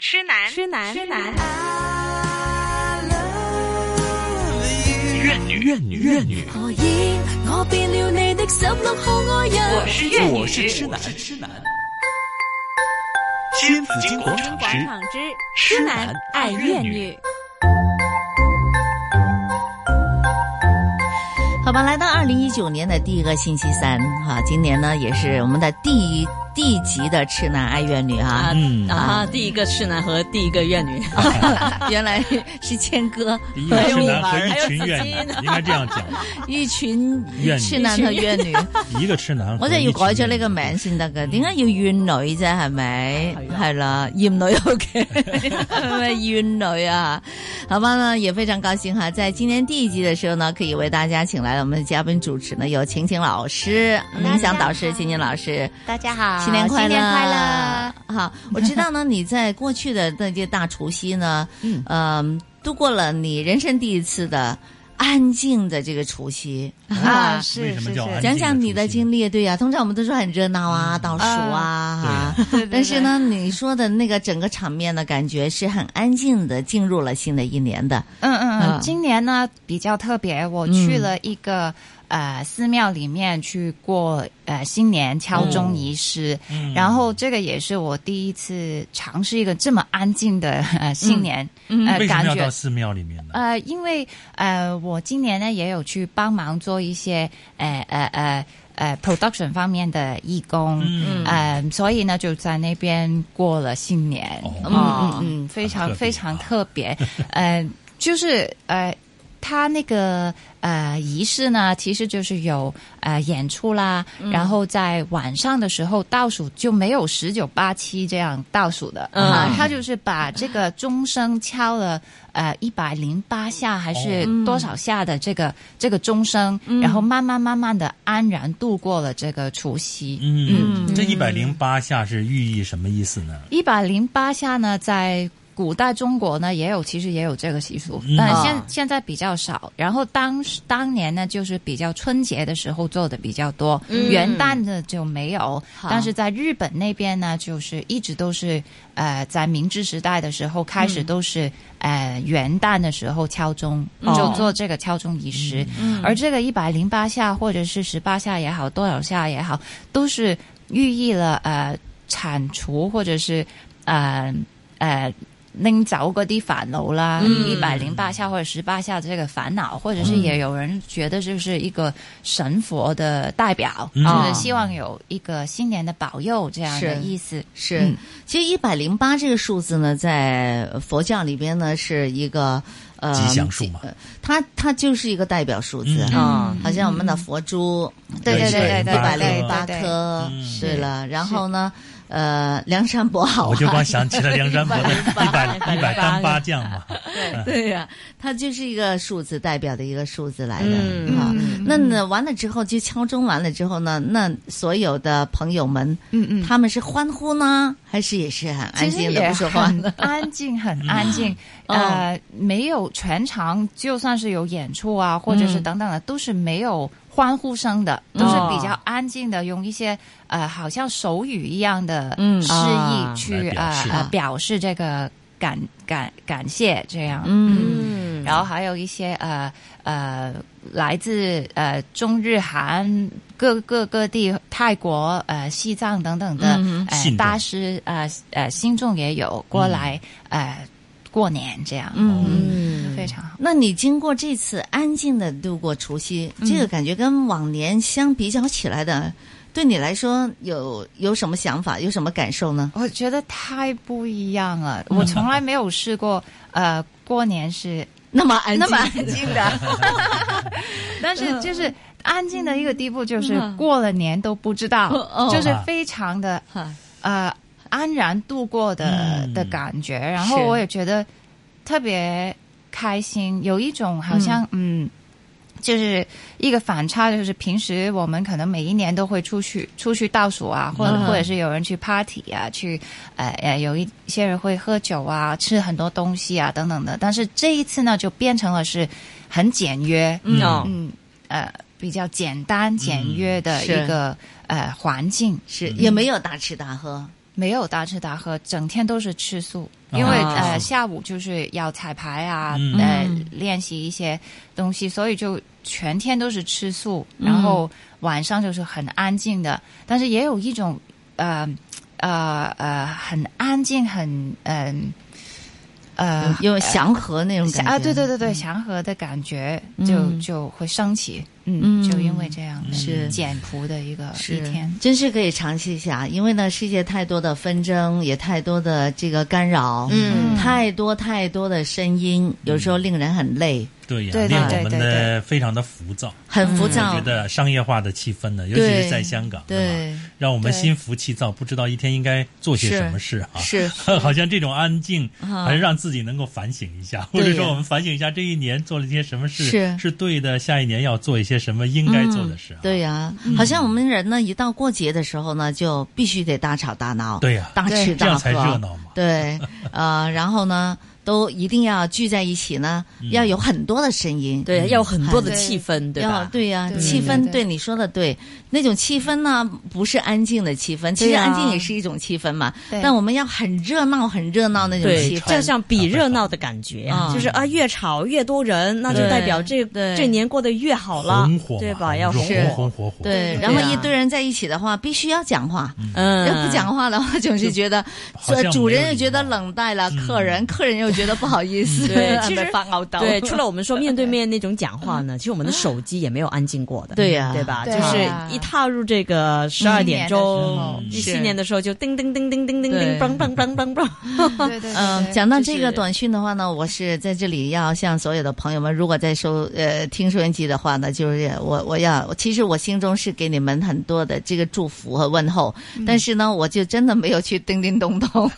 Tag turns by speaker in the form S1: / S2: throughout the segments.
S1: 痴男，
S2: 痴男，
S1: 痴男。
S3: 怨女，怨女，怨女。
S4: 何以我變了你的十六號愛
S1: 我
S4: 人？
S1: 是怨女，
S3: 我是痴男，痴男。新紫金广场
S2: 广
S3: 之
S2: 场之
S3: 痴
S2: 痴
S3: 男
S2: 男
S3: 爱
S2: 爱
S3: 怨
S2: 怨
S3: 女
S2: 女。
S5: 好吧，来到二零一九年的第一个星期三，哈，今年呢也是我们的第一第一集的痴男爱怨女哈
S2: 啊、，
S3: 嗯
S2: 啊！第一个痴男和第一个怨 女，
S5: 啊原来是谦哥
S3: 第一个痴男和
S2: 还有
S3: 一群
S2: 紫
S3: 怨女
S2: 金，
S3: 应该这样讲，
S5: 一群
S3: 怨女嗯
S5: 痴男同怨女，
S3: 一個痴男。
S5: 我真係要改咗呢個名先得噶，點解要怨女啫？係咪？
S3: 啊
S5: 係啦，艳女 OK，係 咪怨女啊？好吧呢，也非常高興哈，在今年第一季的時候呢，可以為大家請來了我們的嘉賓主持呢，有晴晴老師、冥想导师晴晴老師。
S1: 大家好
S5: 新年快乐，
S1: 新年快乐！
S5: 好，我 知道呢，你在过去的那届大除夕呢，嗯、度过了你人生第一次的安静的这个除夕
S1: 啊！
S5: 啊。
S3: 为
S1: 是
S3: 什
S1: 是
S3: 么
S1: 是，
S3: 叫安
S5: 讲讲你
S3: 静的
S5: 的
S3: 除夕
S5: 经历，对呀、通常我们都说很热闹啊，倒数啊，哈、
S1: 嗯对对对
S5: 但是呢，你说的那个整个场面的感觉是很安静的，进入了新的一年的。
S6: 嗯嗯，
S5: 啊
S6: 嗯，今年呢比较特别，
S5: 嗯
S6: 我去了一个、呃寺庙里面去过呃新年敲钟仪式，
S3: 嗯
S6: 然后这个也是我第一次尝试一个这么安静的呃新年、呃
S5: 嗯
S3: 为什么
S6: 感
S3: 要到
S6: 觉。
S3: 寺庙里面呢？
S6: 呃，因为呃，我今年呢也有去帮忙做一些呃呃呃呃 production 方面的义工，
S3: 嗯
S6: 呃，所以呢就在那边过了新年。
S3: 哦
S6: 嗯嗯嗯，
S3: 特别
S6: 非常非常
S3: 啊
S6: 特别。呃，就是呃，他那个呃仪式呢，其实就是有呃演出啦，然后在晚上的时候倒数就没有十九八七这样倒数的
S2: 嗯
S6: 啊，他就是把这个钟声敲了。呃，一百零八下还是多少下的这个、这个钟声，然后慢慢慢慢的安然度过了这个除夕。
S3: 嗯，这一百零八下是寓意什么意思呢？
S6: 一百零八下呢，在古代中国呢也有，其实也有这个习俗
S3: 嗯，
S6: 但
S5: 啊
S6: 现、现在比较少。然后当时当年呢，就是比较春节的时候做的比较多，元旦的就没有。
S5: 好
S6: 但是在日本那边呢，就是一直都是呃，在明治时代的时候开始都是、呃元旦的时候敲钟，就做这个敲钟仪式。而这个一百零八下或者是十八下也好，多少下也好，都是寓意了呃铲除或者是呃呃拎走嗰啲烦恼啦，一百零八下或者十八下这个烦恼，或者是也有人觉得就是一个神佛的代表，
S3: 嗯
S6: 就是希望有一个新年的保佑这样的
S5: 是
S6: 意思。嗯
S5: 是，
S1: 嗯
S5: 其实一百零八这个数字呢，在佛教里边呢是一个呃
S3: 吉祥数嘛，
S5: 它它就是一个代表数字
S3: 嗯
S5: 啊
S6: 嗯，
S5: 好像我们的佛珠，
S6: 对对对对对
S5: 一百零
S6: 对
S5: 八
S6: 对对
S5: 颗
S3: 嗯，
S5: 对了，然后呢，呃，梁山伯好啊
S3: 我就
S5: 汉
S3: 光，想起了梁山伯的一百一百单八将嘛，
S5: 对呀，它就是一个数字代表的一个数字来的
S2: 嗯
S5: 哈。
S6: 嗯
S5: 那那完了之后就敲钟完了之后呢，那所有的朋友们，
S6: 嗯嗯
S5: 他们是欢呼呢，还是也是很安
S6: 其实
S5: 静的嗯哦
S6: 也
S5: 不说话
S6: 很安静，很安静。呃，没有全场，就算是有演出啊，或者是
S5: 嗯
S6: 等等的，都是没有欢呼声的，都是比较安静的，用一些呃，好像手语一样的
S5: 嗯
S6: 示
S5: 啊
S6: 意去
S3: 来表
S6: 呃
S3: 示
S6: 呃表示这个感感感谢这样。
S5: 嗯
S2: 嗯，
S6: 然后还有一些呃呃，来自呃中日韩呃各各各地、泰国、呃西藏等等的、
S5: 嗯
S6: 呃
S3: 信众
S6: 大师呃呃信众也有过来、呃过年这样，
S5: 嗯。
S6: 就非常好。
S5: 那你经过这次安静的度过除夕，
S6: 嗯
S5: 这个感觉跟往年相比较起来的，对你来说有有什么想法，有什么感受呢？
S6: 我觉得太不一样了，我从来没有试过，呃，过年是
S5: 那么安静，
S6: 那么安静的， 嗯但是就是安静的一个地步，就是过了年都不知道，
S5: 哦
S6: 就是非常的呃安然度过的、
S3: 嗯
S6: 的感觉。然后我也觉得特别开心，有一种好像嗯。就是一个反差，就是平时我们可能每一年都会出去出去倒数啊，或者、
S5: 嗯
S6: 或者是有人去 party 啊，去呃呃，有一些人会喝酒啊，吃很多东西啊等等的。但是这一次呢，就变成了是很简约，
S2: 嗯哦
S6: 嗯呃，比较简单简约的
S5: 嗯
S6: 一个、呃环境。
S5: 是也没有大吃大喝，
S6: 没有大吃大喝，整天都是吃素，因为、
S5: 啊
S6: 呃
S3: 吃素
S6: 下午就是要彩排啊，
S3: 嗯
S6: 呃
S5: 嗯
S6: 练习一些东西，所以就全天都是吃素，
S5: 嗯
S6: 然后晚上就是很安静的，但是也有一种呃呃呃很安静很嗯呃。呃
S5: 有有祥和那种感觉
S6: 啊，对对对对，祥和的感觉
S5: 嗯
S6: 就就会升起，
S5: 嗯
S6: 嗯，就因为这样
S5: 是
S6: 简朴的一个
S5: 是
S6: 一天，
S5: 真是可以尝试一下，因为呢，世界太多的纷争，也太多的这个干扰，
S2: 嗯
S5: 太多太多的声音，有
S6: 嗯
S5: 时候令人很累，
S3: 对呀，
S6: 对对
S3: 令我
S6: 对
S3: 们
S6: 对
S3: 的非常的浮躁，
S5: 很浮
S3: 我嗯觉
S5: 躁。
S3: 得商业化的气氛呢，尤其是在香港，吧？
S5: 嗯对，
S3: 让我们
S6: 对
S3: 心浮气躁，不知道一天应该做些
S5: 是
S3: 什么事啊。
S5: 是
S3: 好像这种安静，
S5: 啊
S3: 还是让自己能够反省一下，
S5: 对
S3: 或
S5: 呀
S3: 者说我们反省一下这一年做了一些什么事
S5: 是嗯
S3: 对的，下一年要做一些什么应该做的事啊。
S5: 对呀、好像我们人呢，一到过节的时候呢，就必须得大吵大闹，
S3: 对呀
S5: 大吃
S3: 这
S5: 大
S3: 样
S5: 喝，
S3: 才热闹嘛。
S5: 对，呃，然后呢，都一定要聚在一起呢，
S3: 嗯
S5: 要有很多的声音，嗯
S2: 对，要有很多的
S6: 对
S2: 气氛，对
S5: 啊要
S2: 吧？
S5: 对呀、
S6: 对
S5: 气
S6: 对
S5: 氛
S6: 对
S5: 你说的对，那种气氛呢，不是安静的气氛，其
S6: 对
S5: 实
S6: 呀
S5: 安静也是一种气氛嘛。
S6: 对
S5: 但我们要很热闹、很热闹那种
S2: 对
S5: 气，氛，
S2: 就像比热闹的感觉
S5: 嗯，
S2: 就是啊，越吵越多人，那就
S5: 对
S2: 代表这
S5: 对
S2: 这年过得越好了
S3: 红火，嘛
S2: 对吧？要
S3: 红
S5: 是
S3: 红红火火。
S5: 对。
S2: 对
S5: 然后
S2: 呀
S5: 一堆人在一起的话，必须要讲话。要
S2: 嗯，
S5: 不讲话的 话，总是觉得
S3: 好像
S5: 主
S3: 没有
S5: 人又
S3: 礼
S5: 觉得
S3: 貌嗯
S5: 冷淡了，客 人客人又觉得不好意思，
S2: 对 其实
S5: 被发唠叨。
S2: 对，除了我们说面对面那种讲话 呢，其实我们的手机也没有安静过的，
S5: 对呀
S2: 对吧？就
S6: 对
S2: 是
S6: 啊
S2: 一踏入这个十二点钟，
S3: 嗯
S2: 一
S5: 是
S2: 七年的时候就叮叮叮叮叮叮
S5: 对
S2: 叮，梆梆梆梆梆，
S6: 对对
S5: 嗯，讲到
S2: 就
S5: 这个
S2: 是
S5: 短讯的话呢，我是在这里要向所有的朋友们，如果在收呃听收音机的话呢，就是我我要，其实我心中是给你们很多的这个祝福和问候，但是呢，我就真的没有去叮叮咚咚。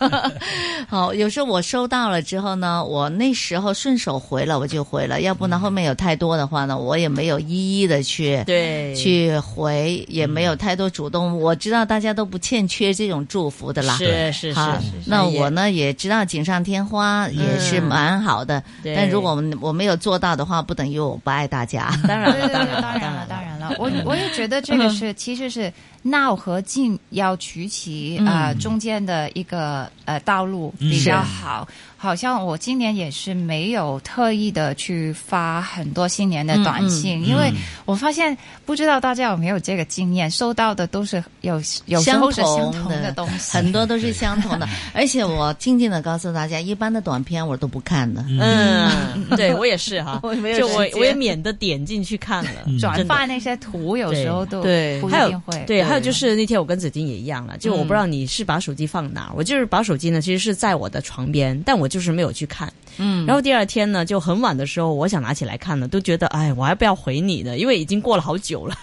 S5: 好，有时候我收到了之后呢，我那时候顺手回了我就回了，要不
S3: 嗯
S5: 呢后面有太多的话呢，我也没有一一的去。
S2: 对，
S5: 去回也
S2: 嗯
S5: 没有太多主动，我知道大家都不欠缺这种祝福的啦。
S2: 是是是
S5: 好，
S2: 是，
S5: 那
S2: 也
S5: 我呢也知道锦上添花也是蛮好的，
S2: 对
S5: 但如果我们我没有做到的话，不等于我不爱大家。
S2: 嗯当然
S6: 对
S2: 了，
S6: 对
S2: 当
S6: 对，
S2: 然
S6: 当然了，当然
S2: 嗯
S6: 了，我我也觉得这个是其实是闹和静要取其
S2: 嗯
S6: 啊、呃中间的一个呃道路比较好。好像我今年也是没有特意的去发很多新年的短
S2: 嗯
S6: 信，因为我发现不知道大家有没有这个经验，收到的都是有有时候是相同的东 西，
S5: 很多都是相同的，而且我静静的告诉大家，一般的短片我都不看的。
S2: 嗯，对我也是哈，
S5: 我也没有
S2: 就我
S5: 时间嗯
S2: 我也免得点进去看了，
S6: 转
S2: 真的
S6: 发那些图，有时候都
S5: 对
S6: 不一
S2: 还
S6: 定
S2: 有
S6: 会。
S2: 对，还有就是那天我跟子金也一样了，就我不知道你是把手机放哪儿，我就是把手机呢，其实是在我的床边，但我就是没有去看。
S5: 嗯，
S2: 然后第二天呢，就很晚的时候，我想拿起来看了，都觉得哎，我还不要回你呢，因为已经过了好久了，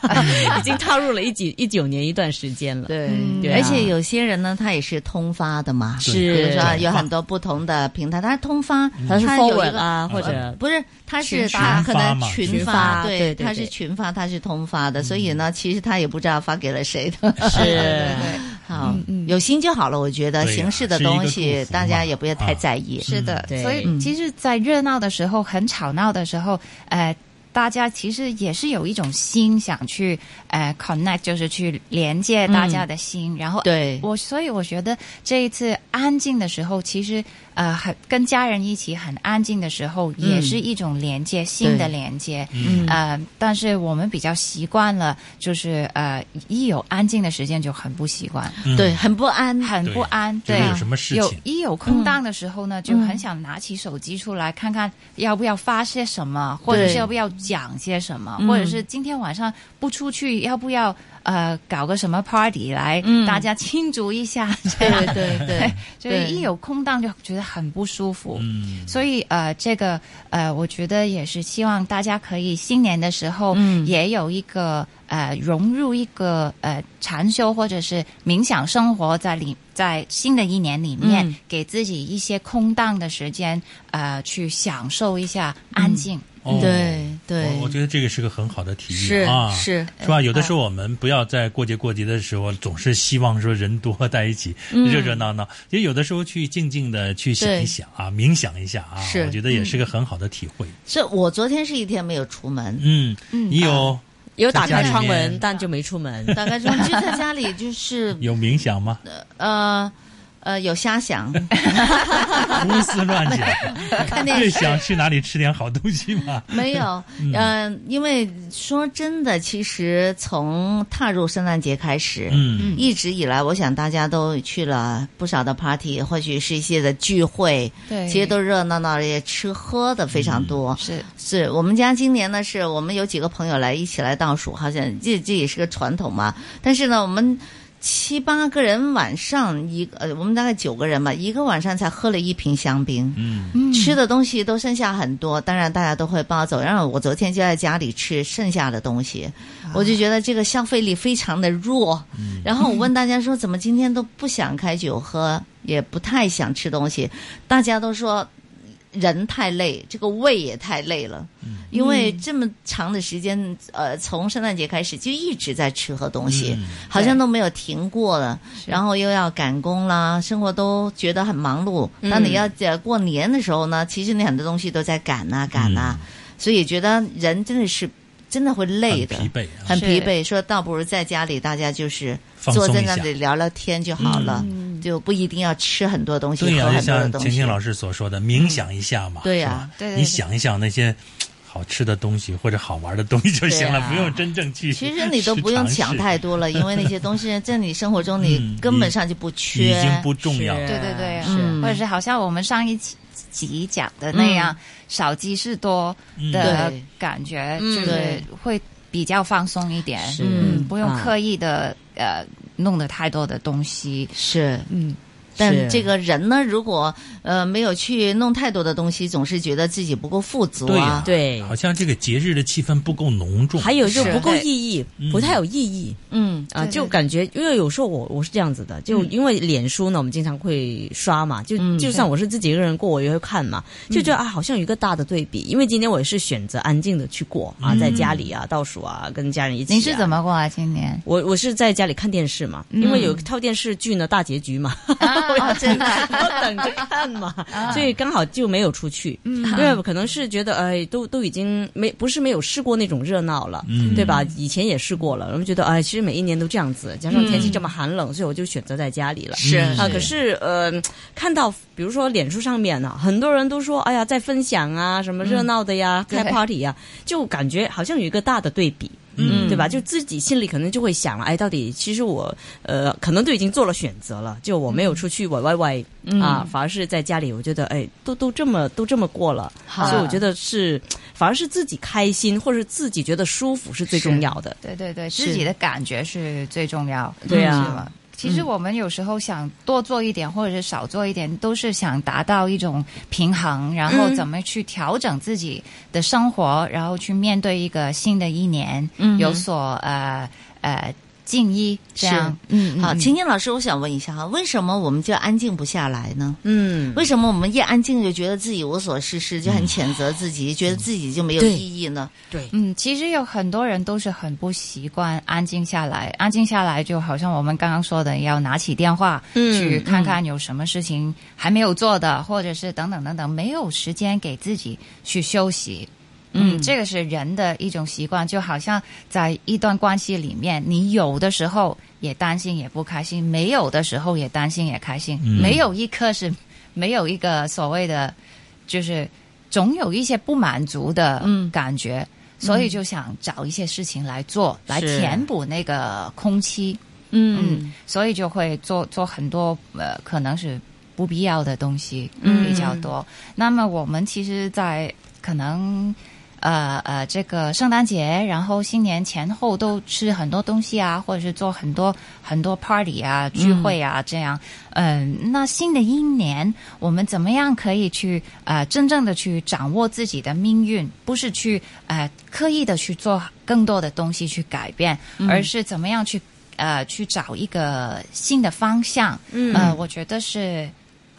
S2: 已经踏入了一几一九年一段时间了。
S5: 对
S6: 嗯
S2: 对啊
S5: 而且有些人呢，他也是通发的嘛，
S3: 是
S5: 比如说
S3: 转
S5: 有
S3: 发
S5: 很多不同的平台，他通发，
S2: 嗯它是
S5: 他有一
S2: forward
S5: 个
S2: 啊，或
S5: 呃
S2: 者
S5: 不是，它是
S3: 群发
S5: 它可能
S3: 群发嗯嘛
S5: 群
S2: 群
S5: 发，
S2: 发
S5: 对，
S2: 对对
S5: 它是
S2: 对
S5: 群发，它是通发的，所以呢，其实他也不知道发给了谁的。
S3: 嗯
S2: 是
S5: 好，有心就好了。我觉得
S3: 对呀
S5: 形式的
S3: 是一个
S5: 东
S3: 祝
S5: 西，
S3: 福
S5: 大家
S3: 嘛
S5: 也不要太
S3: 啊
S5: 在意。
S6: 是的，
S2: 对
S6: 所
S5: 嗯
S6: 以其实，在热闹的时候，很吵闹的时候，呃，大家其实也是有一种心想去呃 connect，就是去连接大家的心。然后，
S5: 嗯对，
S6: 我所以我觉得这一次安静的时候，其实呃很跟家人一起很安静的时候，也是一种连接，新的连接。
S5: 嗯
S6: 呃，但是我们比较习惯了，就是呃，一有安静的时间就很不习惯。
S3: 嗯
S5: 对，很不安。
S6: 很不安，
S3: 对
S6: 对，啊
S3: 就是有什么事情
S6: 有一有
S5: 嗯
S6: 空档的时候呢，就很想拿起手机出来看看要不要发些什
S5: 嗯
S6: 么，或者是要不要讲些什么，或者是今天晚上不出去，要不要呃搞个什么 party 来大家庆祝一下？
S5: 嗯对对 对，
S6: 所以
S5: 对
S6: 一有空档就觉得很不舒服。
S3: 嗯，
S6: 所以呃，这个呃，我觉得也是希望大家可以新年的时候也有一个、呃融入一个呃禅修或者是冥想生活在里，在新的一年里面、
S5: 嗯
S6: 给自己一些空档的时间，呃，去享受一下安静。
S3: 哦
S5: 对对
S3: 我我觉得这个是个很好的提议
S5: 是
S3: 啊，
S5: 是，
S3: 是吧？有的时候我们不要在过节过节的时候总是希望说人多在一起、
S5: 嗯
S3: 热热闹闹，也有的时候去静静的去想一想啊，冥想一下啊，
S5: 是
S3: 我觉得也是个很好的体会。
S5: 这我昨天是一天没有出门，
S3: 嗯，你有
S2: 有打开窗
S3: 在家里
S2: 门
S3: 面，
S2: 但就没出门。
S5: 大概说就在家里，就是
S3: 有冥想吗？
S5: 呃，呃，有瞎想，
S3: 胡思乱 想，越想去哪里吃点好东西吧。
S5: 没有，嗯、呃，因为说真的，其实从踏入圣诞节开始，嗯，一直以来，我想大家都去了不少的 party，或许是一些的聚会，
S6: 对，
S5: 其实都热闹闹，也吃喝的非常多。嗯、
S6: 是，
S5: 是我们家今年呢，是我们有几个朋友来一起来倒数，好像这这也是个传统嘛。但是呢，我们。七八个人晚上一呃，我们大概九个人吧，一个晚上才喝了一瓶香槟，嗯，吃的东西都剩下很多，当然大家都会包走。然后我昨天就在家里吃剩下的东西，啊、我就觉得这个消费力非常的弱。嗯、然后我问大家说，怎么今天都不想开酒喝，也不太想吃东西？大家都说。人太累，这个胃也太累了，嗯、因为这么长的时间，呃，从圣诞节开始就一直在吃喝东西，嗯、好像都没有停过了。然后又要赶工啦，生活都觉得很忙碌。当你要呃过年的时候呢，其实你很多东西都在赶啊赶啊，嗯、所以觉得人真的是真的会累的，
S3: 很疲惫、啊，
S5: 很疲惫。说倒不如在家里，大家就是。坐在那里聊聊天就好了，就不一定要吃很多东西，
S3: 嗯对
S5: 呀，
S3: 就像晴晴老师所说的，冥想一下嘛，
S5: 对呀，对，
S3: 你想一想那些好吃的东西或者好玩的东西就行了，不用真正去。
S5: 啊其实你都不用想太多 了，因为那些东西在你生活中你根本上就不缺，
S3: 嗯已经不重要。
S6: 对对对，或者是好像我们上一期。集讲的那样，少即是多
S2: 嗯
S3: 嗯
S6: 的感觉，就是会。比较放松一点，嗯，不用刻意的、啊、呃弄得太多的东西，
S5: 是嗯。但这个人呢，如果呃没有去弄太多的东西，总是觉得自己不够富足
S3: 啊，
S2: 对，
S3: 好像这个节日的气氛不够浓重，
S2: 还有就不够意义，不太有意义，嗯啊，就感觉因为有时候我我是这样子的，就因为脸书呢，我们经常会刷嘛，就就算我是自己一个人过，我也会看嘛，就觉得啊，好像有一个大的对比，因为今年我也是选择安静的去过啊，在家里啊倒数啊，跟家人一起。
S6: 你是怎么过啊？今年
S2: 我我是在家里看电视嘛，因为有一套电视剧呢，大结局嘛。
S5: 我要嗯啊哦真的，啊
S2: 我等着看 嘛，所以刚好就没有出去，
S5: 嗯
S2: 因为可能是觉得哎，都都已经没不是没有试过那种热闹了，对吧？以前也试过了，然后觉得哎，其实每一年都这样子，加上天气这么寒冷，所以我就选择在家里了。
S5: 是
S3: 嗯
S2: 啊，可是呃，看到比如说脸书上面呢，很多人都说哎呀，在分享啊，什么热闹的呀，开 party 呀，就感觉好像有一个大的对比。嗯，对吧？就自己心里可能就会想了，哎，到底其实我呃，可能都已经做了选择了，就我没有出去玩玩玩啊，反而是在家里，我觉得哎，都都这么都这么过了，所以我觉得是反而是自己开心或者自己觉得舒服是最重要的。
S6: 对对对，自己的感觉是最重要。
S2: 对啊，
S6: 其实我们有时候想多做一点，或者是少做一点，都是想达到一种平衡，然后
S2: 嗯
S6: 怎么去调整自己的生活，然后去面对一个新的一年。
S2: 嗯
S6: 有所呃呃敬意，这样
S5: 嗯，好，晴晴老师，我想问一下哈，为什么我们就安静不下来呢？嗯，为什么我们一安静就觉得自己无所事事，就很谴责自己，觉得自己就没有意义呢？
S2: 对，
S6: 嗯，其实有很多人都是很不习惯安静下来，安静下来就好像我们刚刚说的，要拿起电话去看看有什么事情还没有做的，或者是等等等等，没有时间给自己去休息。嗯，这个是人的一种习惯，就好像在一段关系里面，你有的时候也担心也不开心，没有的时候也担心也开心，嗯、没有一刻是没有一个所谓的，就是总有一些不满足的感觉，嗯、所以就想找一些事情来做，来填补那个空隙。嗯,嗯，所以就会做做很多呃，可能是不必要的东西比较多。那么我们其实，在可能。呃呃，这个圣诞节，然后新年前后都吃很多东西啊，或者是做很多很多 party 啊、聚会啊，嗯、这样。嗯、呃，那新的一年，我们怎么样可以去呃真正的去掌握自己的命运？不是去呃刻意的去做更多的东西去改变，嗯、而是怎么样去呃去找一个新的方向？嗯、呃，我觉得是。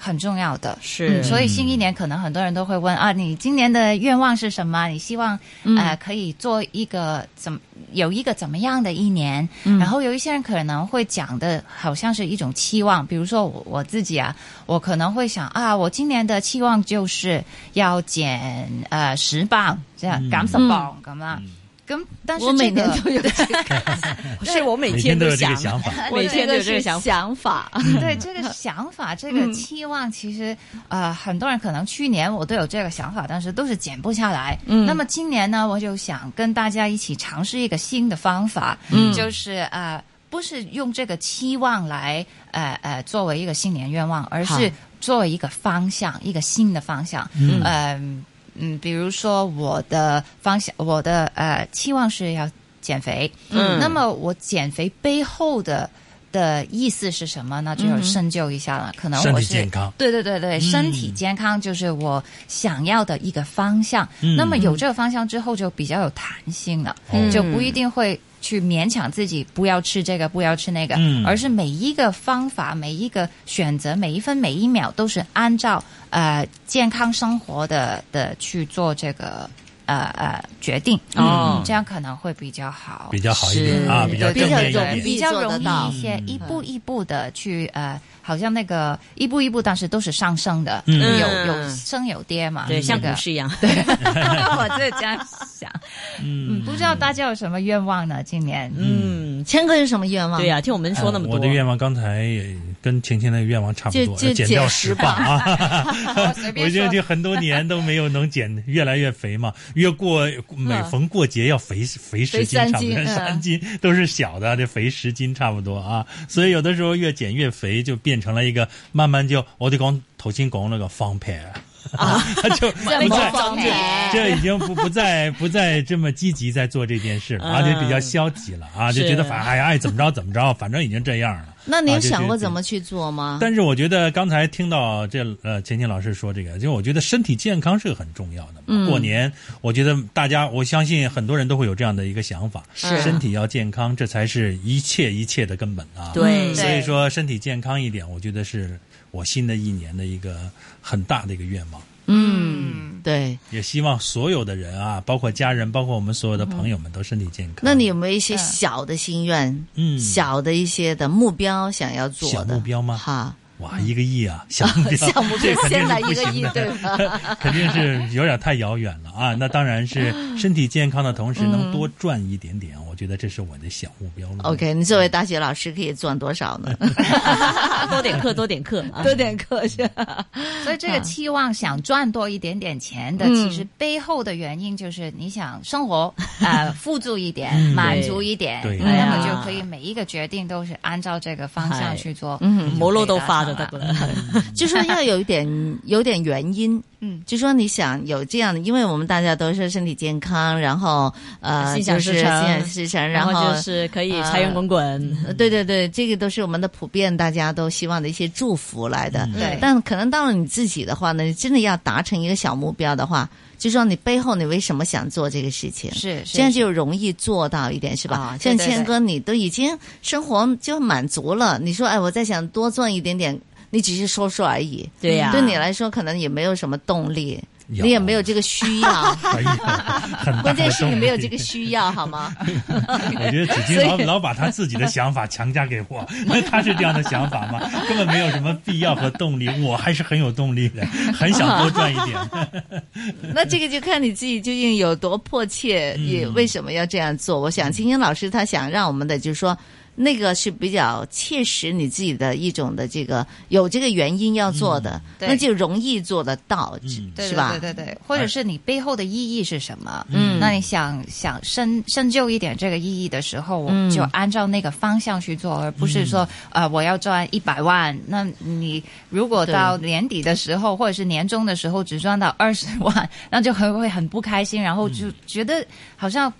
S6: 很重要的
S2: 是、
S6: 嗯，所以新一年可能很多人都会问啊，你今年的愿望是什么？你希望、嗯、呃可以做一个怎么有一个怎么样的一年？嗯、然后有一些人可能会讲的好像是一种期望，比如说我我自己啊，我可能会想啊，我今年的期望就是要减呃十磅这样，减十磅咁啦。咁但
S5: 嗯
S6: 是
S5: 我每
S6: 这
S5: 年
S6: 个
S5: 都有这个
S2: 是我每
S3: 每天都有这
S2: 想
S3: 个，想啊法，
S2: 啊每天都有这个
S5: 是
S2: 想法
S5: 想法，
S6: 对这个想法，这
S2: 嗯
S6: 个期望，其实呃，很多人可能去年我都有这个想法，但是都是减不下来。
S2: 嗯
S6: 那么今年呢，我就想跟大家一起尝试一个新的方法，
S2: 嗯
S6: 就是呃，不是用这个期望来呃呃作为一个新年愿望，而
S5: 好
S6: 是作为一个方向，一个新的方向。
S3: 嗯
S6: 嗯嗯，比如说我的方向，我的呃期望是要减肥。
S2: 嗯
S6: 那么我减肥背后的的意思是什么呢？就
S2: 嗯
S6: 是
S2: 哼
S6: 深究一下了。可能
S3: 身
S6: 我
S3: 体
S6: 是
S3: 健康，嗯
S6: 对对对对，身体健康就是我想要的一个方向。
S3: 嗯
S6: 那么有这个方向之后，就比较有弹性了，
S3: 嗯
S6: 就不一定会去勉强自己不要吃这个，不要吃那个，
S3: 嗯
S6: 而是每一个方法、每一个选择、每一分每一秒都是按照呃健康生活的的去做这个呃呃决定。
S2: 哦
S6: 嗯这样可能会比较好。
S3: 比较好一点
S5: 是
S3: 啊，比较
S6: 对
S3: 正
S5: 比
S3: 面一
S5: 较容
S3: 点
S5: 易。
S6: 比较
S5: 做得
S6: 容
S5: 到
S6: 易一些，
S3: 嗯
S6: 一步一步的去呃，好像那个一步一步，但是都是上升的，
S3: 嗯
S6: 有有升有跌嘛，
S2: 对，像
S6: 那
S2: 股
S6: 个，
S2: 市一 样，
S6: 我就这样想，
S3: 嗯
S6: 嗯，不知道大家有什么愿望呢？今年，
S2: 嗯，
S5: 谦哥有什么愿望？
S2: 对啊呀，听我们说那么
S3: 呃
S2: 多，
S3: 我的愿望刚才也跟晴晴的愿望差不
S5: 就
S3: 多，
S5: 就
S3: 要减掉
S5: 减
S3: 十磅啊！
S6: 我随
S3: 我
S6: 便
S3: 就
S6: 说，
S3: 就很多年都没有能减，越来越肥嘛。越过每逢过节要肥肥十斤，
S5: 三
S3: 差不多
S5: 斤嗯
S3: 三斤都是小的，这肥十斤差不多啊。所以有的时候越减越肥，就变成了一个慢慢就我得讲头先讲那个方片啊， 就不
S5: 么
S3: 再
S5: 方
S3: 这
S5: 便
S3: 这已经不不再不再这么积极在做这件事了，啊，
S2: 嗯
S3: 就比较消极了啊，就是觉得反哎呀爱怎么着怎么着，反正已经这样了。
S5: 那你有
S3: 啊就
S5: 想过
S3: 就
S5: 怎么去做吗？
S3: 但是我觉得刚才听到这呃，钱钱老师说这个，就是我觉得身体健康是很重要的嘛。
S5: 嗯
S3: 过年，我觉得大家，我相信很多人都会有这样的一个想法，
S2: 是
S3: 身体要健康，这才是一切一切的根本啊。
S2: 对，
S3: 所以说身体健康一点，我觉得是我新的一年的一个很大的一个愿望。
S5: 嗯，对。
S3: 也希望所有的人啊，包括家人，包括我们所有的朋友们，都身体健康。
S5: 那你有没有一些
S6: 嗯
S5: 小的心愿？
S3: 嗯
S5: 小的一些的目标想要做
S3: 小
S5: 的
S3: 目标吗
S5: 哈，
S3: 哇，一个亿啊，小目 标，
S5: 小目
S3: 这
S5: 标
S3: 肯定
S5: 先
S3: 是
S5: 来
S3: 不
S5: 一个
S3: 行
S5: 亿
S3: 的，
S5: 对嗯吧？
S3: 肯定是有点太遥远了啊！那当然是身体健康的同时能多赚一点点，我觉得这是我的小目标了。
S5: OK，你作为大学老师可以赚多少 呢？
S2: 多点课，多点课啊，
S5: 多点课是吧？
S6: 所以这个期望想赚多一点点钱的，
S5: 嗯
S6: 其实背后的原因就是你想 生活呃富足一点
S3: 嗯，
S6: 满足一点，
S3: 对
S6: 那么
S2: 对
S6: 就可以每一个决定都是按照这个方向去做，
S5: 嗯
S2: 摩洛都发着得了，
S5: 就说要有一点有点原因，
S6: 嗯，
S5: 就说你想有这样的，因为我们大家都是身体健康，然后呃，
S2: 心想
S5: 就
S2: 事
S5: 是心
S2: 成
S5: 想事 成，
S2: 然
S5: 后
S2: 后就是可以财源滚滚，
S5: 呃对对对，这个都是我们的普遍大家都希望的一些祝福来的。
S6: 对
S5: 但可能到了你自己的话呢，你真的要达成一个小目标的话，就说你背后你为什么想做这个事情，
S6: 是是
S5: 这样就容易做到一点，是吧？
S6: 啊
S5: 像
S6: 对对
S5: 谦哥，你都已经生活就满足了，你说哎，我再想多赚一点点，你只是说说而已。
S2: 对呀，
S5: 对你来说，可能也没有什么动力，
S3: 有，
S5: 你也没有这个需要
S3: 哎呀，很大的
S5: 关键是你没有这个
S3: 动力。
S5: 需要，好吗？
S3: 我觉得紫金老老把他自己的想法强加给我， 那他是这样的想法吗？根本没有什么必要和动力，我还是很有动力的，很想多赚一点。
S5: 那这个就看你自己究竟有多迫切，
S3: 嗯
S5: 也为什么要这样
S6: 嗯
S5: 做。我想，青青老师他想让我们的就是说。那个是比较切实你自己的一种的这个有这个原因要做的，
S6: 嗯对
S5: 那就容易做得到，
S3: 嗯
S6: 对
S5: 是吧？哎
S6: 对对对对，或者是你背后的意义是什么？
S5: 嗯
S6: 那你想想深深究一点这个意义的时候，
S5: 嗯
S6: 我就按照那个方向去做，而不是说呃我要赚一百万，那你如果
S5: 对
S6: 到年底的时候或者是年终的时候只赚到二十万， 那就很会很不开心，然后
S5: 嗯
S6: 就觉得好像。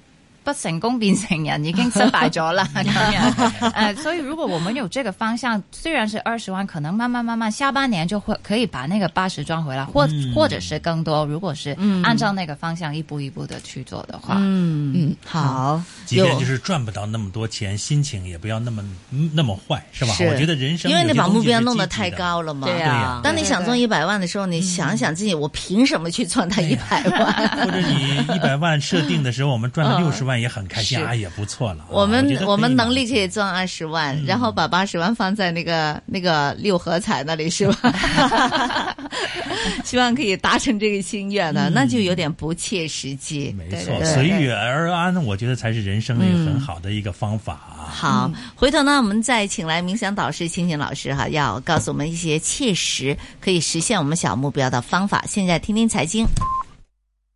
S6: 不成功变成人已經失敗咗啦，咁樣。呃，所以如果我們有這個方向，雖然是二十萬，可能慢慢慢慢下半年就會可以把那個八十賺回來，或、
S3: 嗯
S6: 或者是更多。如果是按照那個方向一步一步的去做的話，
S5: 嗯嗯
S6: 嗯，
S5: 好，
S3: 即便
S5: 有
S3: 就是赚不到那么多钱，心情也不要那么嗯那么坏，是吧？
S5: 是
S3: 我觉得人生
S5: 因为你
S3: 有些
S5: 把
S3: 东西
S5: 目标
S3: 是
S5: 弄得
S3: 积极
S5: 太
S3: 的
S5: 高了嘛。
S2: 对啊呀，
S5: 当你想
S6: 对
S5: 中
S6: 对嗯
S5: 一百万的时候，你想想自己，我凭什么去赚他
S3: 对
S5: 一
S3: 呀
S5: 百万？
S3: 或者 你一百万设定的时候，我们赚了
S5: 嗯
S3: 六十万也很开心
S5: 是
S3: 啊，也不错了啊。
S5: 我们
S3: 觉得
S5: 我们
S3: 以嗯
S5: 能力
S3: 满足
S5: 可以赚二十万，然后把八十万放在那个那个六合彩那里是吧？ 希望可以达成这个心愿呢，那就有点不切实际。
S3: 嗯没
S6: 对
S3: 错，
S6: 对
S3: 随
S6: 对
S3: 遇而安，我觉得才是人生的一个
S5: 嗯
S3: 很好的一个方法啊。
S5: 好，回头呢，我们再请来冥想导师青青老师哈，要告诉我们一些切实可以实现我们小目标的方法。现在听听财经。